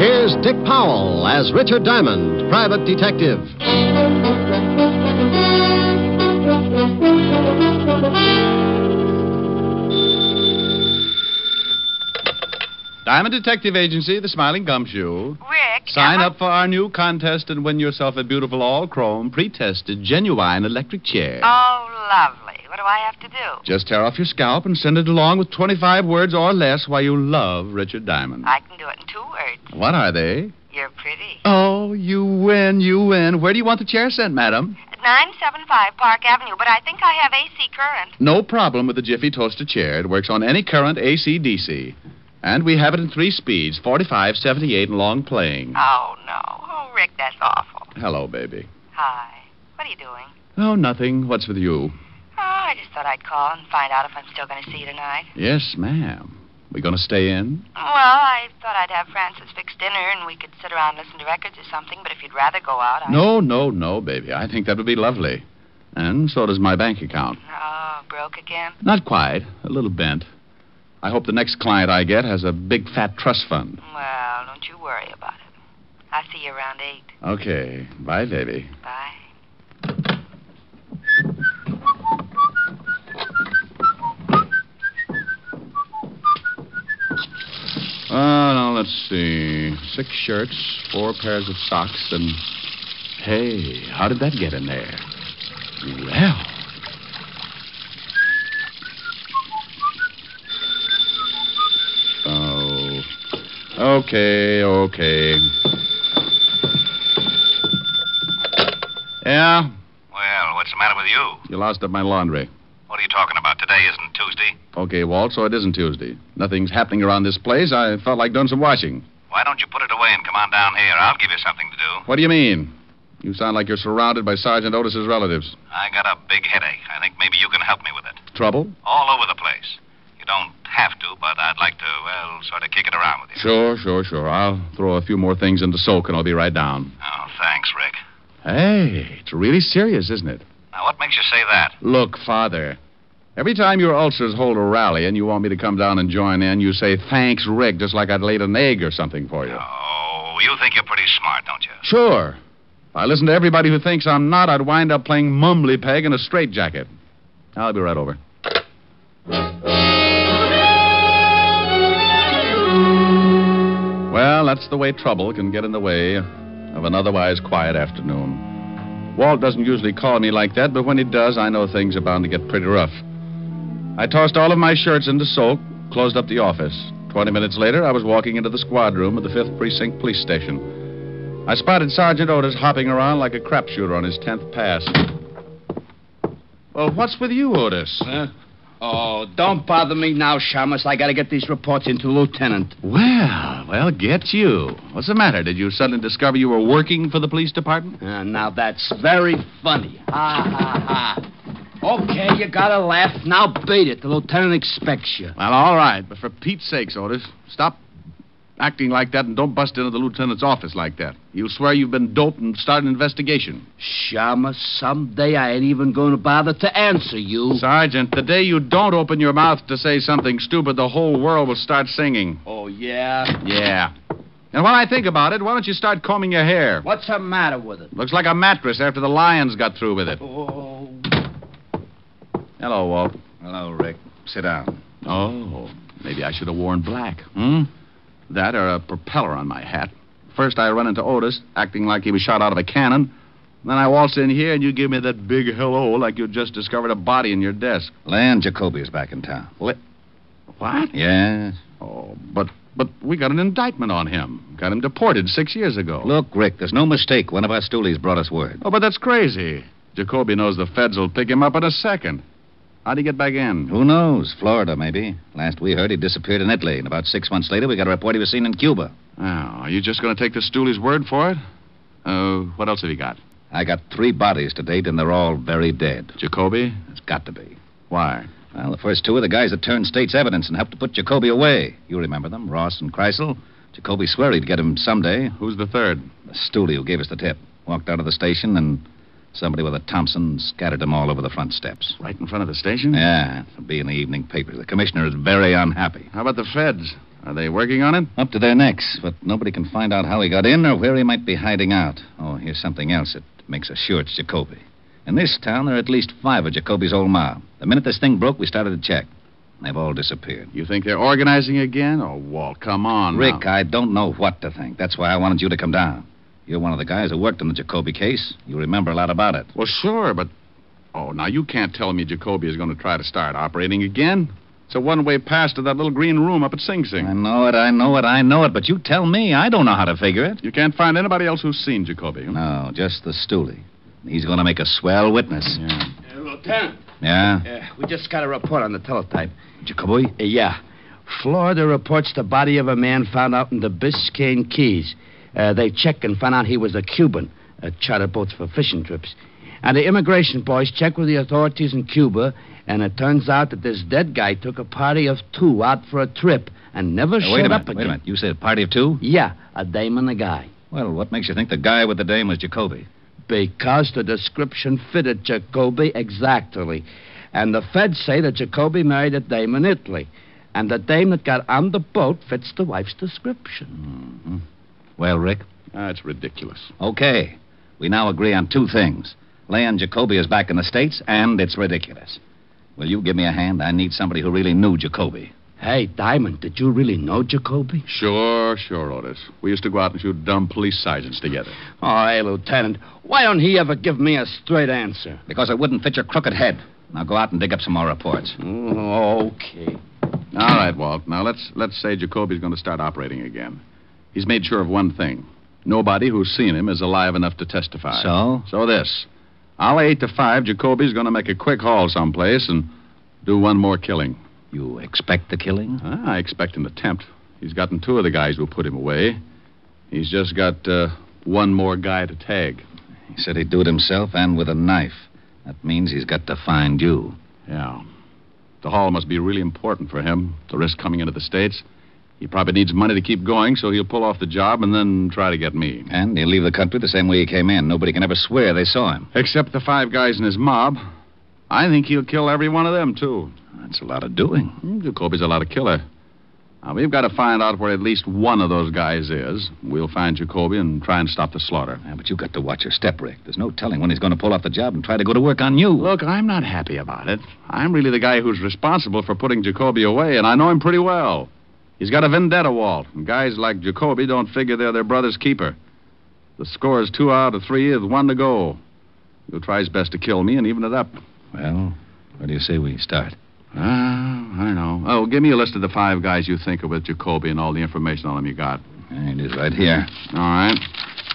Here's Dick Powell as Richard Diamond, private detective. Diamond Detective Agency, the Smiling Gumshoe. Rick. Sign am I- up for our new contest and win yourself a beautiful all chrome, pre tested, genuine electric chair. Oh, lovely. What do I have to do? Just tear off your scalp and send it along with 25 words or less why you love Richard Diamond. I can do it in two words. What are they? You're pretty. Oh, you win, you win. Where do you want the chair sent, madam? 975 Park Avenue, but I think I have AC current. No problem with the Jiffy Toaster chair. It works on any current AC DC. And we have it in three speeds 45, 78, and long playing. Oh, no. Oh, Rick, that's awful. Hello, baby. Hi. What are you doing? Oh, nothing. What's with you? Oh, I just thought I'd call and find out if I'm still going to see you tonight. Yes, ma'am. We going to stay in? Well, I thought I'd have Francis fix dinner and we could sit around and listen to records or something, but if you'd rather go out, I. No, no, no, baby. I think that would be lovely. And so does my bank account. Oh, broke again? Not quite. A little bent. I hope the next client I get has a big fat trust fund. Well, don't you worry about it. I'll see you around 8. Okay. Bye, baby. Bye. Uh, now let's see. Six shirts, four pairs of socks, and. Hey, how did that get in there? Well. Oh. Okay, okay. Yeah, Well, what's the matter with you? you lost up my laundry. What are you talking about? Today isn't Tuesday. Okay, Walt, so it isn't Tuesday. Nothing's happening around this place. I felt like doing some washing. Why don't you put it away and come on down here? I'll give you something to do. What do you mean? You sound like you're surrounded by Sergeant Otis's relatives. I got a big headache. I think maybe you can help me with it. Trouble? All over the place. You don't have to, but I'd like to, well, sort of kick it around with you. Sure, sure, sure. I'll throw a few more things into soak and I'll be right down. Oh, thanks, Rick. Hey, it's really serious, isn't it? Now, what makes you say that? Look, Father. Every time your ulcers hold a rally and you want me to come down and join in, you say, thanks, Rick, just like I'd laid an egg or something for you. Oh, you think you're pretty smart, don't you? Sure. If I listen to everybody who thinks I'm not, I'd wind up playing mumbly peg in a straitjacket. I'll be right over. Well, that's the way trouble can get in the way of an otherwise quiet afternoon. Walt doesn't usually call me like that, but when he does, I know things are bound to get pretty rough. I tossed all of my shirts into soak, closed up the office. Twenty minutes later, I was walking into the squad room of the 5th Precinct Police Station. I spotted Sergeant Otis hopping around like a crapshooter on his tenth pass. Well, what's with you, Otis? Huh? Oh, don't bother me now, Shamus. I gotta get these reports into Lieutenant. Well, well, get you. What's the matter? Did you suddenly discover you were working for the police department? Uh, now that's very funny. Ha ha ha. Ah, Okay, you gotta laugh. Now beat it. The lieutenant expects you. Well, all right, but for Pete's sakes, Otis, stop acting like that and don't bust into the lieutenant's office like that. You'll swear you've been doped and start an investigation. Shamus, someday I ain't even gonna bother to answer you. Sergeant, the day you don't open your mouth to say something stupid, the whole world will start singing. Oh, yeah? Yeah. And while I think about it, why don't you start combing your hair? What's the matter with it? Looks like a mattress after the lions got through with it. Oh. Hello, Walt. Hello, Rick. Sit down. Oh, maybe I should have worn black. Hmm? That or a propeller on my hat. First, I run into Otis, acting like he was shot out of a cannon. Then I waltz in here, and you give me that big hello like you just discovered a body in your desk. Land Jacoby is back in town. What? Yes. Oh, but but we got an indictment on him. Got him deported six years ago. Look, Rick, there's no mistake. One of our stoolies brought us word. Oh, but that's crazy. Jacoby knows the feds will pick him up in a second. How'd he get back in? Who knows? Florida, maybe. Last we heard, he disappeared in Italy, and about six months later, we got a report he was seen in Cuba. Oh, are you just going to take the stoolie's word for it? Uh, what else have you got? I got three bodies to date, and they're all very dead. Jacoby? It's got to be. Why? Well, the first two are the guys that turned state's evidence and helped to put Jacoby away. You remember them, Ross and Kreisel. Jacoby swore he'd get him someday. Who's the third? The stoolie who gave us the tip walked out of the station, and somebody with a Thompson scattered them all over the front steps. Right in front of the station? Yeah, it'll be in the evening papers. The commissioner is very unhappy. How about the feds? Are they working on it? Up to their necks, but nobody can find out how he got in or where he might be hiding out. Oh, here's something else that makes us sure it's Jacoby. In this town, there are at least five of Jacoby's old mob. The minute this thing broke, we started to check. They've all disappeared. You think they're organizing again? Oh, Walt, come on. now. Rick, I don't know what to think. That's why I wanted you to come down. You're one of the guys who worked on the Jacoby case. You remember a lot about it. Well, sure, but. Oh, now you can't tell me Jacoby is going to try to start operating again. It's a one way pass to that little green room up at Sing Sing. I know it, I know it, I know it, but you tell me. I don't know how to figure it. You can't find anybody else who's seen Jacoby. huh? No, just the stoolie. He's going to make a swell witness. Yeah. Lieutenant, Yeah? Uh, we just got a report on the teletype. Jacoby? Uh, yeah. Florida reports the body of a man found out in the Biscayne Keys. Uh, they checked and found out he was a Cuban. Uh, charter boats for fishing trips. And the immigration boys checked with the authorities in Cuba, and it turns out that this dead guy took a party of two out for a trip and never Hey, showed wait a minute, up wait again. a minute. You said party of two? Yeah, a dame and a guy. Well, what makes you think the guy with the dame was Jacoby? Because the description fitted Jacoby exactly. And the feds say that Jacoby married a dame in Italy. And the dame that got on the boat fits the wife's description. Well, Rick, That's Ah, ridiculous. okay. We now agree on two things. Leon Jacoby is back in the States, and it's ridiculous. Will you give me a hand? I need somebody who really knew Jacoby. Hey, Diamond, did you really know Jacoby? Sure, sure, Otis. We used to go out and shoot dumb police sergeants together. Oh, hey, Lieutenant, why don't he ever give me a straight answer? Because it wouldn't fit your crooked head. Now go out and dig up some more reports. Mm, Oh, okay. All right, Walt. Now let's let's say Jacoby's going to start operating again. He's made sure of one thing: nobody who's seen him is alive enough to testify. So? So this, I'll eight to five. Jacoby's going to make a quick haul someplace and do one more killing. You expect the killing? Ah, I expect an attempt. He's gotten two of the guys who put him away. He's just got uh, one more guy to tag. He said he'd do it himself and with a knife. That means he's got to find you. Yeah. The haul must be really important for him to risk coming into the States. He probably needs money to keep going, so he'll pull off the job and then try to get me. And he'll leave the country the same way he came in. Nobody can ever swear they saw him. Except the five guys in his mob. I think he'll kill every one of them, too. That's a lot of doing. Hmm, Jacoby's a lot of killer. Now, we've got to find out where at least one of those guys is. We'll find Jacoby and try and stop the slaughter. Yeah, but you've got to watch your step, Rick. There's no telling when he's going to pull off the job and try to go to work on you. Look, I'm not happy about it. I'm really the guy who's responsible for putting Jacoby away, and I know him pretty well. He's got a vendetta, Walt, and guys like Jacoby don't figure they're their brother's keeper. The score is two out of three with one to go. He'll try his best to kill me and even it up. Well, where do you say we start? Ah, I don't know. Oh, give me a list of the five guys you think are with Jacoby and all the information on them you got. Yeah, It is right here. All right.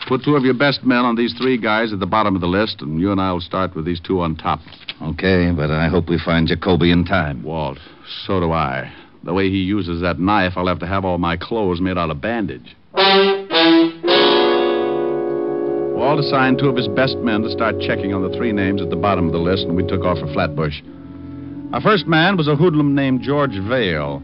Put two of your best men on these three guys at the bottom of the list, and you and I will start with these two on top. Okay, but I hope we find Jacoby in time. Walt, so do I. The way he uses that knife, I'll have to have all my clothes made out of bandage. Walt assigned two of his best men to start checking on the three names at the bottom of the list, and we took off for Flatbush. Our first man was a hoodlum named George Vale,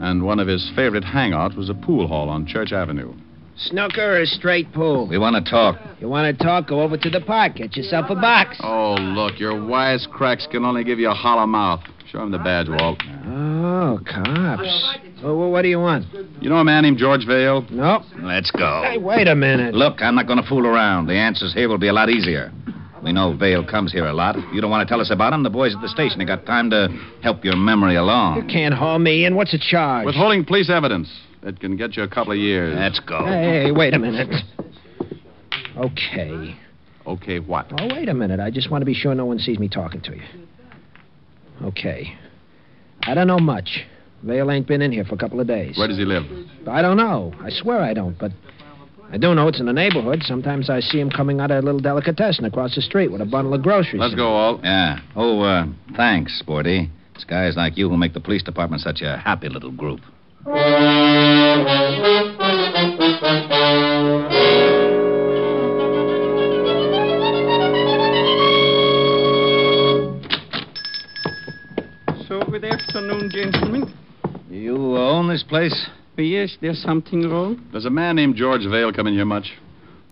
and one of his favorite hangouts was a pool hall on Church Avenue. Snooker or straight pool? We want to talk. You want to talk? Go over to the park. Get yourself a box. Oh, look, your wise cracks can only give you a hollow mouth. Show him the badge, Walt. Oh, cops. Well, well, what do you want? You know a man named George Vale? Nope. Let's Hey, go. wait a minute. Look, I'm not going to fool around. The answers here will be a lot easier. We know Vale comes here a lot. If You don't want to tell us about him. The boys at the station have got time to help your memory You along. can't haul me in. What's the charge? Withholding police evidence. It can get you a couple of years. Let's go. Hey, hey, wait a minute. Okay. Okay, what? Oh, wait a minute. I just want to be sure no one sees me talking to you. Okay. I don't know much. Vale ain't been in here for a couple of days. Where does he live? I don't know. I swear I don't, but I do know it's in the neighborhood. Sometimes I see him coming out of a little delicatessen across the street with a bundle of groceries. Let's go, all. Yeah. Oh, uh, thanks, Sporty. It's guys like you who make the police department such a happy little group. So Good afternoon, gentlemen. You own this place? Yes, there's something wrong. Does a man named George Vale come in here much?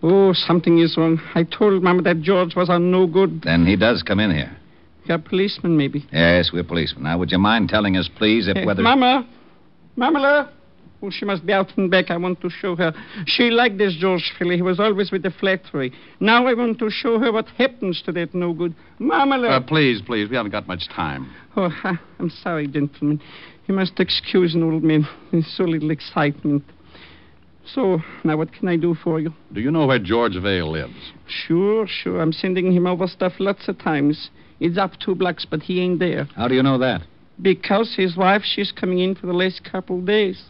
Oh, something is wrong. I told Mama that George was on no good. Then he does come in here. You're a policeman, maybe. Yes, we're policemen. Now, would you mind telling us, please, if Eh, whether. Mama! Mamala! Oh, she must be out and back. I want to show her. She liked this George fellow. He was always with the flattery. Now I want to show her what happens to that no good. Mamala! Uh, please, please, we haven't got much time. Oh, I- I'm sorry, gentlemen. You must excuse an old man. There's so little excitement. So, now what can I do for you? Do you know where George Vale lives? Sure, sure. I'm sending him over stuff lots of times. It's up two blocks, but he ain't there. How do you know that? Because his wife, she's coming in for the last couple of days.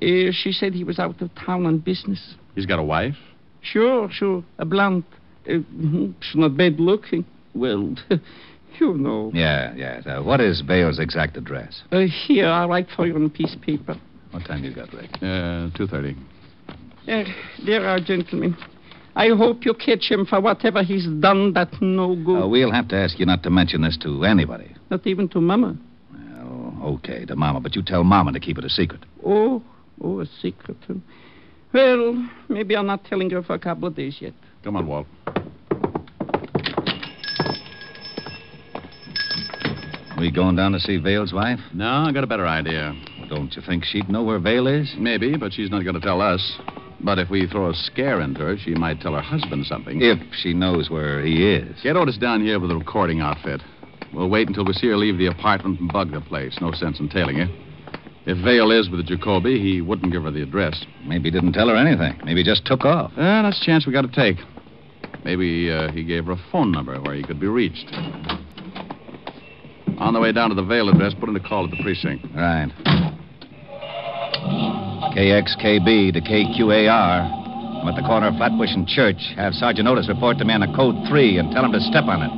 Uh, she said he was out of town on business. He's got a wife? Sure, sure. A blonde. Uh, mhm, she's not bad looking. Well, you know. Yeah, yeah. So what is Vale's exact address? Uh, here, I'll write for you on a piece of paper. What time you got, Rick? Uh, 2.30. There, Uh, there are gentlemen. I hope you catch him for whatever he's done that no good. Uh, we'll have to ask you not to mention this to anybody. Not even to Mama. Well, okay, to Mama, but you tell Mama to keep it a secret. Oh, oh, a secret. huh? Well, maybe I'm not telling her for a couple of days yet. Come on, Walt. We going down to see Vale's wife? No, I got a better idea. Well, don't you think she'd know where Vale is? Maybe, but she's not going to tell us. But if we throw a scare into her, she might tell her husband something. If she knows where he is. Get Otis down here with the recording outfit. We'll wait until we see her leave the apartment and bug the place. No sense in tailing her. If Vale is with Jacoby, he wouldn't give her the address. Maybe he didn't tell her anything. Maybe he just took off. Uh, that's a chance we got to take. Maybe uh, he gave her a phone number where he could be reached. On the way down to the Vale address, put in a call at the precinct. Right. KXKB to KQAR. I'm at the corner of Flatbush and Church. Have Sergeant Otis report to me on a code three and tell him to step on it.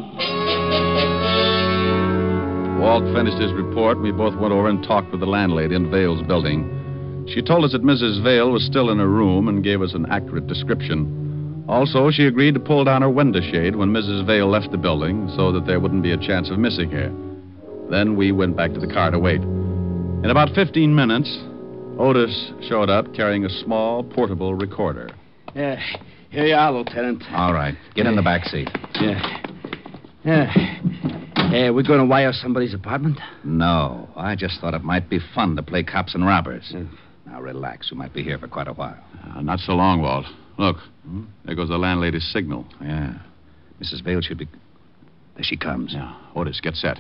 Walt finished his report, and we both went over and talked with the landlady in Vale's building. She told us that Mrs. Vale was still in her room and gave us an accurate description. Also, she agreed to pull down her window shade when Mrs. Vale left the building so that there wouldn't be a chance of missing her. Then we went back to the car to wait. In about 15 minutes, Otis showed up carrying a small portable recorder. Yeah. Eh, Here you are, Lieutenant. All right. Get in the back seat. Yeah. Yeah. Hey, we're going to eh, wire somebody's apartment? No, I just thought it might be fun to play cops and robbers. Now relax. We might be here for quite a while. Hmm? Uh, not so long, Walt. Look, there goes the landlady's signal. Yeah. Mrs. Vale should be. There she comes. Yeah, Otis, get set.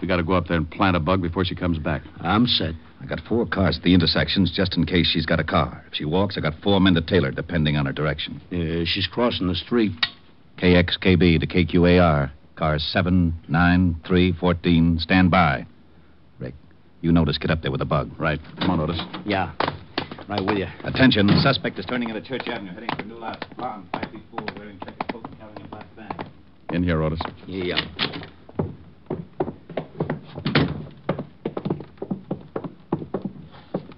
We got to go up there and plant a bug before she comes back. I'm set. I got four cars at the intersections just in case she's got a car. If she walks, I got four men to tailor, depending on her direction. Uh, she's crossing the street. KXKB to KQAR. Cars 7, 9, 3, 14. Stand by. Rick, you notice get up there with a bug. Right. Come on, Otis. Yeah. Right with you. Attention, suspect is turning into Church Avenue, heading for New Lot. Blonde, 5 feet 4, wearing checkered coat and carrying a black bag. In here, Otis. Yeah.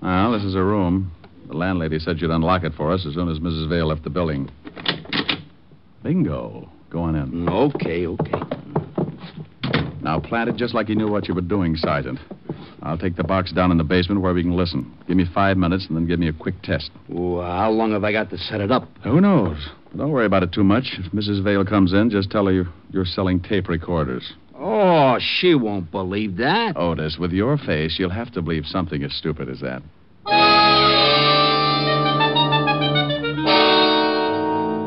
Well, this is her room. The landlady said she'd unlock it for us as soon as Mrs. Vale left the building. Bingo. Go on in. Mm, Okay, okay. Now, plant it just like you knew what you were doing, Sergeant. I'll take the box down in the basement where we can listen. Give me five minutes and then give me a quick test. Well, how long have I got to set it up? Who knows? Don't worry about it too much. If Mrs. Vale comes in, just tell her you're, you're selling tape recorders. Oh, she won't believe that. Otis, with your face, you'll have to believe something as stupid as that.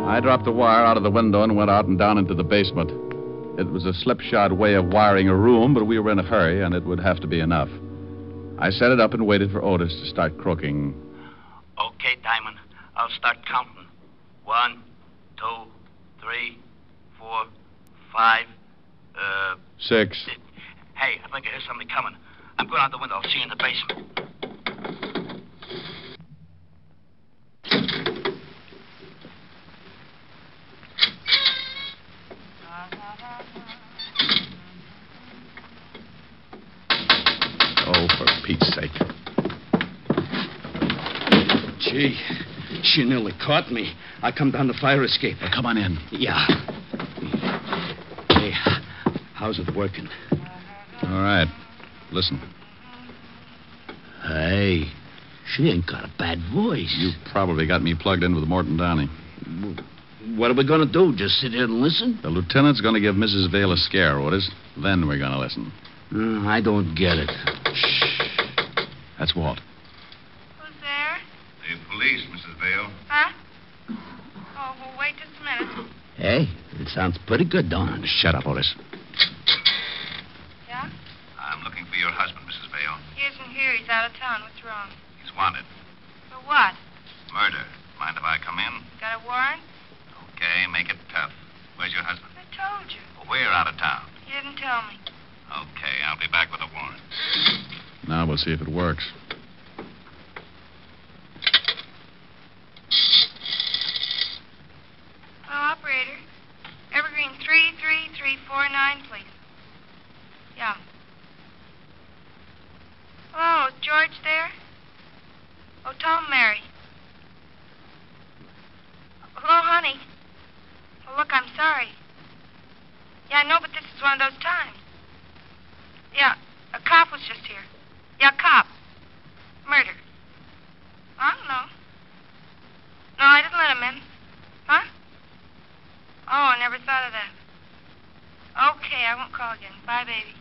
I dropped the wire out of the window and went out and down into the basement. It was a slipshod way of wiring a room, but we were in a hurry, and it would have to be enough. I set it up and waited for Otis to start croaking. Okay, Diamond. I'll start counting. One, two, three, four, five. Uh, Six. six. hey, I think I hear something coming. I'm going out the window. I'll see you in the basement. Oh, for Pete's sake. Gee, she nearly caught me. I come down the fire escape. Come on in. Yeah. Hey, how's it working? All right. Listen. Hey, she ain't got a bad voice. You probably got me plugged in with Morton Downey. What are we going to do? Just sit here and listen? The lieutenant's going to give Mrs. Vale a scare, Otis. Then we're going to listen. Uh, I don't get it. That's Walt. Who's there? The police, Mrs. Vale. Huh? Oh, well, wait just a minute. Hey, it sounds pretty good, don't it? Shut up, Otis. Yeah? I'm looking for your husband, Mrs. Vale. He isn't here. He's out of town. What's wrong? He's wanted. For what? Murder. Mind if I come in? Got a warrant? Okay, make it tough. Where's your husband? I told you. We're out of town. You didn't tell me. Okay, I'll be back with a warrant. Now we'll see if it works. Hello, operator. Evergreen 33349, please. Yeah. Hello, is George there? Oh, Tom Mary. Hello, honey. Oh, look, I'm sorry. Yeah, I know, but this is one of those times. Yeah, a cop was just here. Yeah, a cop. Murder. I don't know. No, Oh, I didn't let him in. Huh? Oh, I never thought of that. Okay, I won't call again. Bye, baby.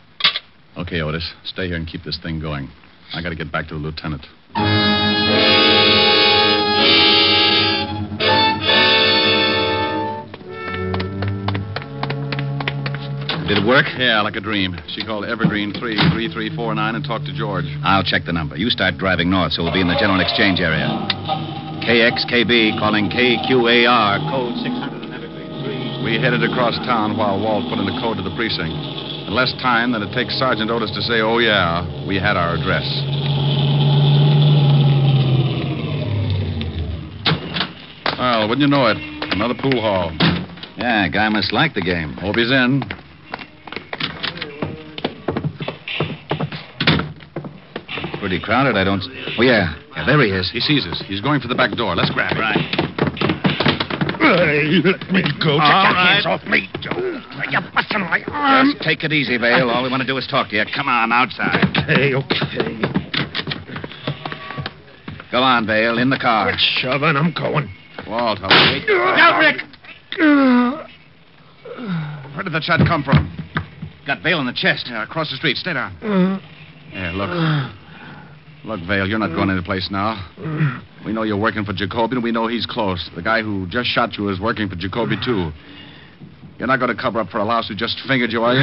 Okay, Otis. Stay here and keep this thing going. I got to get back to the lieutenant. Did it work? Yeah, like a dream. She called Evergreen 33349 and talked to George. I'll check the number. You start driving north, so we'll be in the general exchange area. KXKB calling KQAR, code 600 and Evergreen Street. We headed across town while Walt put in the code to the precinct. In less time than it takes Sergeant Otis to say, oh, yeah, we had our address. Well, wouldn't you know it? Another pool hall. Yeah, guy must like the game. Hope he's in. Pretty crowded, I don't. Oh, yeah. yeah there he is. He sees us. He's going for the back door. Let's grab him. Right. Hey, let me go. Take All your right. hands off me, Joe. You're busting my arm. Just take it easy, Vale. All we want to do is talk to you. Come on, outside. Okay, okay. Go on, Vale, in the car. Quit shoving. I'm going. Walt, how Now, Rick. Where did that shot come from? Got Vale in the chest. Yeah, across the street. Stay down. Yeah, look. Look, Vale, you're not going any place now. We know you're working for Jacoby, and we know he's close. The guy who just shot you is working for Jacoby, too. You're not going to cover up for a louse who just fingered you, are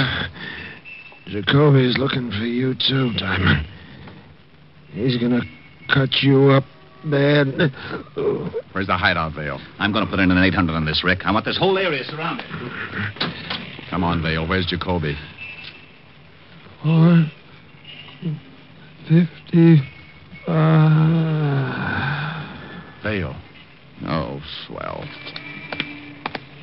you? Jacoby's looking for you, too, Diamond. He's gonna cut you up bad. Where's the hideout, Vale? I'm going to put in an 800 on this, Rick. I want this whole area surrounded. Come on, Vale. Where's Jacoby? Four. Fifty-five. Vale. Oh, swell.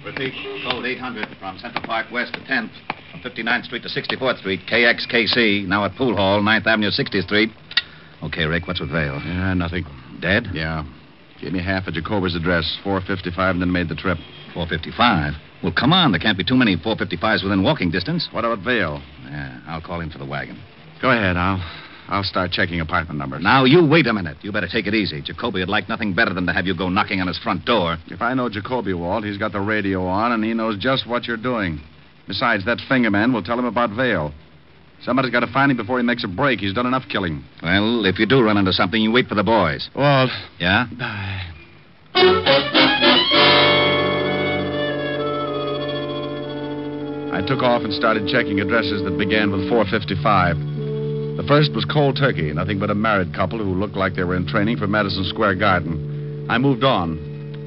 Repeat, code 800 from Central Park West to 10th, from 59th Street to 64th Street, KXKC, now at Pool Hall, 9th Avenue, 60th Street. Okay, Rick, what's with Vale? Yeah, nothing. Dead? Yeah. Gave me half of Jacoby's address, 455, and then made the trip. 455. Well, come on, there can't be too many 455s within walking distance. What about Vale? Yeah, I'll call in for the wagon. Go ahead. I'll, I'll start checking apartment numbers. Now, you wait a minute. You better take it easy. Jacoby would like nothing better than to have you go knocking on his front door. If I know Jacoby, Walt, he's got the radio on and he knows just what you're doing. Besides, that finger man will tell him about Vale. Somebody's got to find him before he makes a break. He's done enough killing. Well, if you do run into something, you wait for the boys. Walt. Yeah? I took off and started checking addresses that began with 455. The first was Cold Turkey, nothing but a married couple who looked like they were in training for Madison Square Garden. I moved on.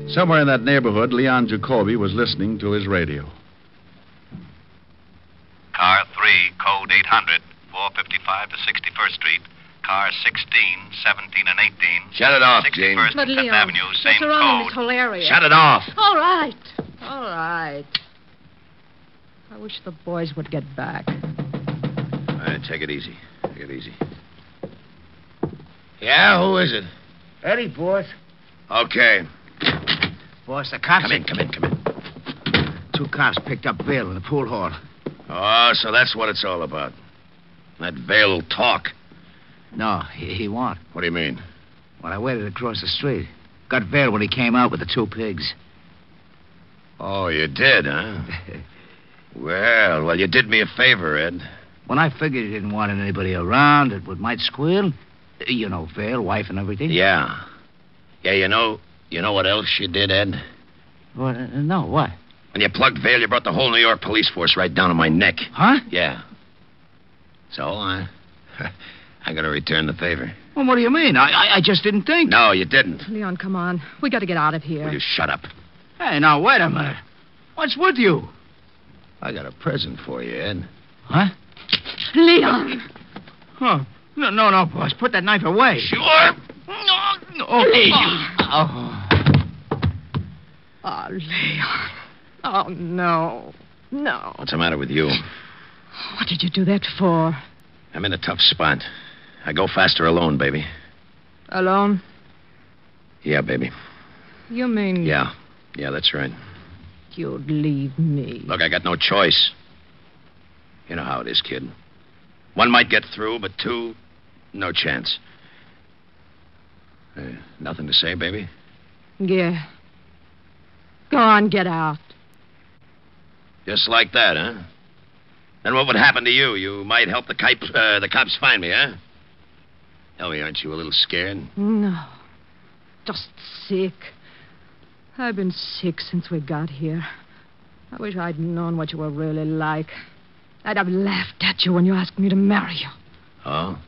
Somewhere in that neighborhood, Leon Jacoby was listening to his radio. Car 3, code 800, 455 to 61st Street. Car 16, 17, and 18. Shut it off, 61st But and 5th Leon, Avenue, same what's wrong with this code. whole area? Shut it off. All right, all right. I wish the boys would get back. All right, take it easy. Take it easy. Yeah, who is it? Eddie, boss. Okay. Boss, the cops. Come in, come in, come in. Two cops picked up Bill in the pool hall. Oh, so that's what it's all about. That veil'll talk. No, he, he won't. What do you mean? Well, I waited across the street. Got Vale when he came out with the two pigs. Oh, you did, huh? well, well, you did me a favor, Ed. When I figured he didn't want anybody around, it would might squeal. You know, Vale, wife and everything. Yeah. Yeah, you know, you know what else you did, Ed? Well, uh, no, what? When you plugged Vale, you brought the whole New York police force right down on my neck. Huh? Yeah. So I, I gotta return the favor. Well, what do you mean? I, I, I just didn't think. No, you didn't. Leon, come on. We got to get out of here. Will you shut up? Hey, now, wait a minute. What's with you? I got a present for you, Ed. Huh? Leon! Oh, no, no, no, boss. Put that knife away. Sure. No, Ah, no. Oh. oh. Oh, Leon. Oh, no. No. What's the matter with you? What did you do that for? I'm in a tough spot. I go faster alone, baby. Alone? Yeah, baby. You mean. Yeah. Yeah, that's right. You'd leave me. Look, I got no choice. You know how it is, kid. One might get through, but two, no chance. Uh, nothing to say, baby? Yeah. Go on, get out. Just like that, huh? Then what would happen to you? You might help the, kip- uh, the cops find me, huh? Tell me, aren't you a little scared? No. Just sick. I've been sick since we got here. I wish I'd known what you were really like. I'd have laughed at you when you asked me to marry you. Oh?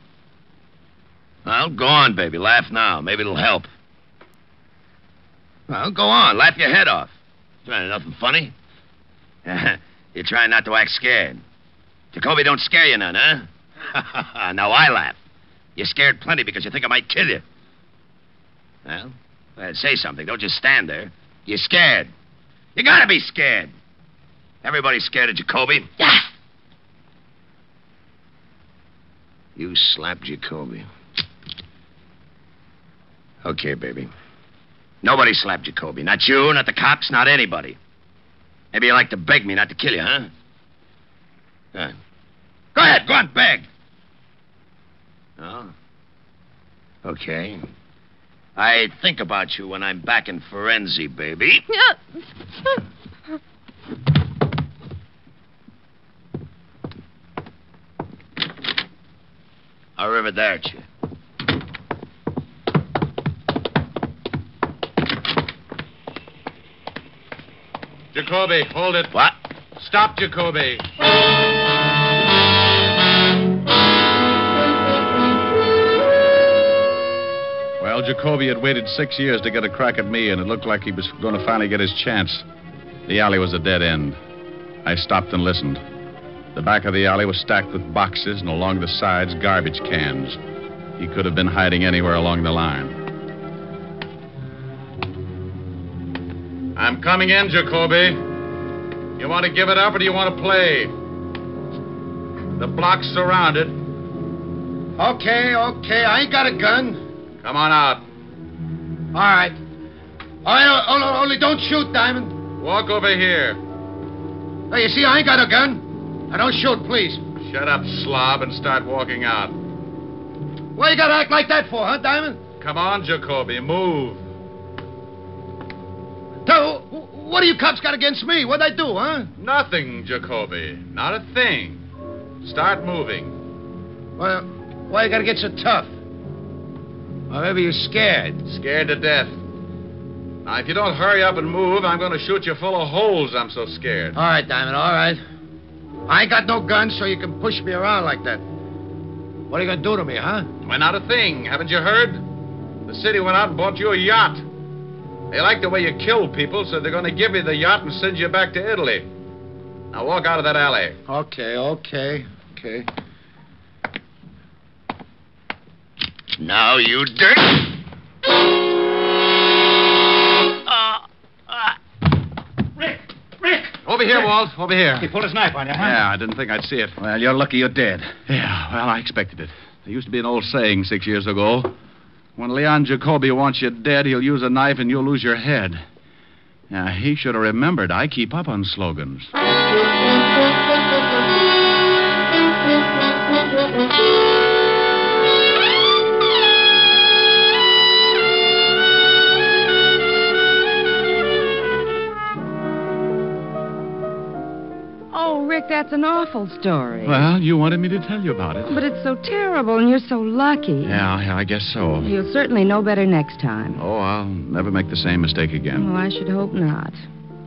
Well, go on, baby. Laugh now. Maybe it'll help. Well, go on. Laugh your head off. Trying nothing funny. You're trying not to act scared. Jacoby don't scare you none, huh? now I laugh. You're scared plenty because you think I might kill you. Well, well, say something. Don't just stand there. You're scared. You gotta be scared. Everybody's scared of Jacoby. Yeah. You slapped Jacoby. Okay, baby. Nobody slapped Jacoby. Not you, not the cops, not anybody. Maybe you like to beg me not to kill you, huh? Go ahead. Go ahead, go on, beg. Oh? Okay. I think about you when I'm back in Forenzi, baby. Arrivederci. Jacoby, hold it. What? Stop, Jacoby. Well, Jacoby had waited six years to get a crack at me, and it looked like he was going to finally get his chance. The alley was a dead end. I stopped and listened. The back of the alley was stacked with boxes, and along the sides, garbage cans. He could have been hiding anywhere along the line. I'm coming in, Jacoby. You want to give it up or do you want to play? The block's surrounded. Okay, okay. I ain't got a gun. Come on out. All right. All right, o- o- only don't shoot, Diamond. Walk over here. Hey, you see, I ain't got a gun. I don't shoot, please. Shut up, slob, and start walking out. What you gotta act like that for, huh, Diamond? Come on, Jacoby, move. Tell, wh- what do you cops got against me? What'd I do, huh? Nothing, Jacoby. Not a thing. Start moving. Well, why you gotta get so tough? Or maybe you're scared. Scared to death. Now, if you don't hurry up and move, I'm going to shoot you full of holes. I'm so scared. All right, Diamond, all right. I ain't got no gun, so you can push me around like that. What are you gonna do to me, huh? Why, not a thing. Haven't you heard? The city went out and bought you a yacht. They like the way you kill people, so they're going to give you the yacht and send you back to Italy. Now walk out of that alley. Okay, okay, okay. Now, you dirt. Rick! Over here, Walt. Over here. He pulled his knife on you, huh? Yeah, I didn't think I'd see it. Well, you're lucky you're dead. Yeah, well, I expected it. There used to be an old saying six years ago when Leon Jacoby wants you dead, he'll use a knife and you'll lose your head. Yeah, he should have remembered I keep up on slogans. Oh, That's an awful story. Well, you wanted me to tell you about it. But it's so terrible, and you're so lucky. Yeah, yeah, I guess so. You'll certainly know better next time. Oh, I'll never make the same mistake again. Oh, I should hope not.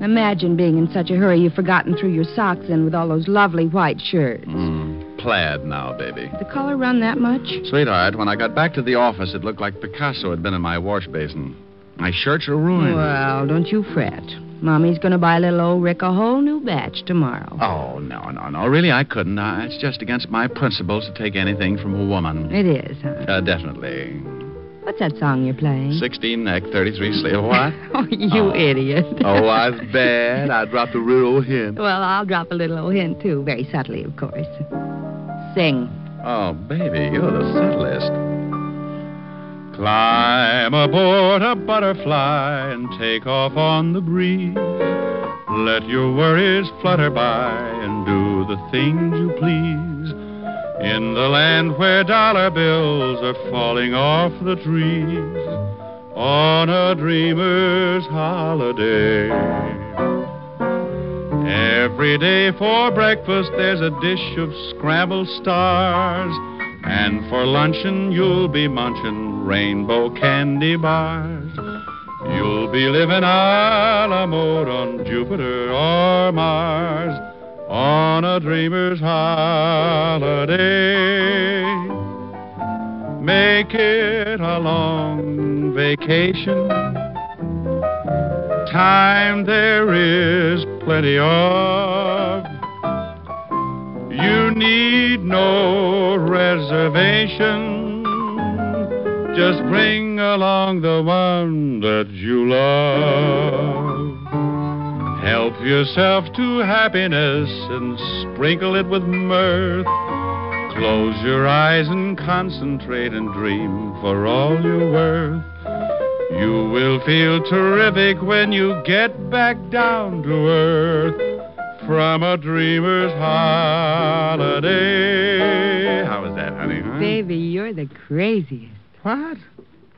Imagine being in such a hurry you've forgotten through your socks in with all those lovely white shirts. Mm, plaid now, baby. The color run that much? Sweetheart, when I got back to the office, it looked like Picasso had been in my wash basin. My shirts are ruined. Well, don't you fret. Mommy's going to buy little old Rick a whole new batch tomorrow. Oh, no, no, no. Really, I couldn't. I, it's just against my principles to take anything from a woman. It is, huh? Uh, definitely. Hmm? What's that song you're playing? 16 neck, 33 sleeve. What? Oh, you idiot. oh, I was bad. I dropped a real hint. Well, I'll drop a little old hint, too, very subtly, of course. Sing. Oh, baby, you're the subtlest. Climb aboard a butterfly and take off on the breeze. Let your worries flutter by and do the things you please. In the land where dollar bills are falling off the trees, on a dreamer's holiday. Every day for breakfast there's a dish of scrambled stars. And for luncheon, you'll be munching rainbow candy bars. You'll be living a la mode on Jupiter or Mars on a dreamer's holiday. Make it a long vacation. Time there is plenty of. You need no reservation. Just bring along the one that you love. Help yourself to happiness and sprinkle it with mirth. Close your eyes and concentrate and dream for all you're worth. You will feel terrific when you get back down to earth from a dreamer's holiday. How is that, honey? huh? Baby, you're the craziest. Hmm? What?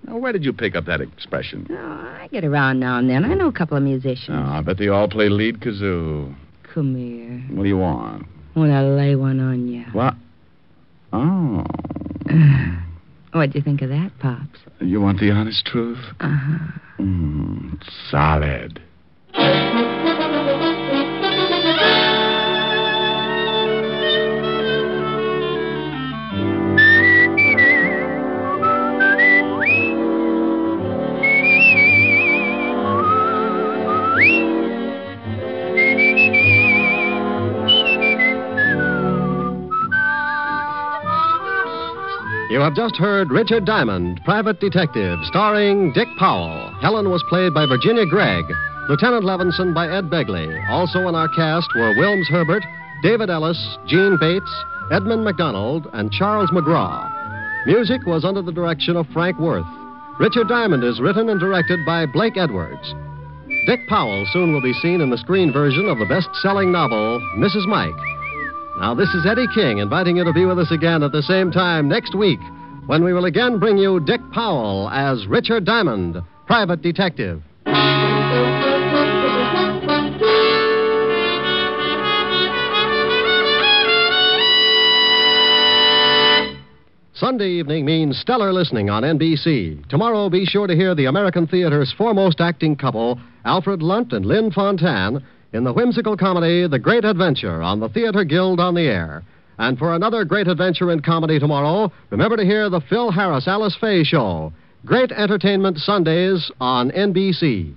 Now, where did you pick up that expression? I get around now and then. I know a couple of musicians. Oh, I bet they all play lead kazoo. Come here. What do you want? Want to lay one on you. What? Oh, What'd you think of that, Pops? you want the honest truth? Uh-huh. Mm, solid. You have just heard Richard Diamond, Private Detective, starring Dick Powell. Helen was played by Virginia Gregg, Lieutenant Levinson by Ed Begley. Also in our cast were Wilms Herbert, David Ellis, Gene Bates, Edmund McDonald, and Charles McGraw. Music was under the direction of Frank Worth. Richard Diamond is written and directed by Blake Edwards. Dick Powell soon will be seen in the screen version of the best selling novel, Mrs. Mike. Now, this is Eddie King inviting you to be with us again at the same time next week when we will again bring you Dick Powell as Richard Diamond, private detective. Sunday evening means stellar listening on NBC. Tomorrow, be sure to hear the American theater's foremost acting couple, Alfred Lunt and Lynn Fontanne, in the whimsical comedy The Great Adventure on the Theater Guild on the Air. And for another great adventure in comedy tomorrow, remember to hear the Phil Harris Alice Faye Show. Great entertainment Sundays on NBC.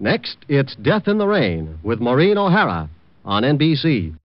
Next, it's Death in the Rain with Maureen O'Hara on NBC.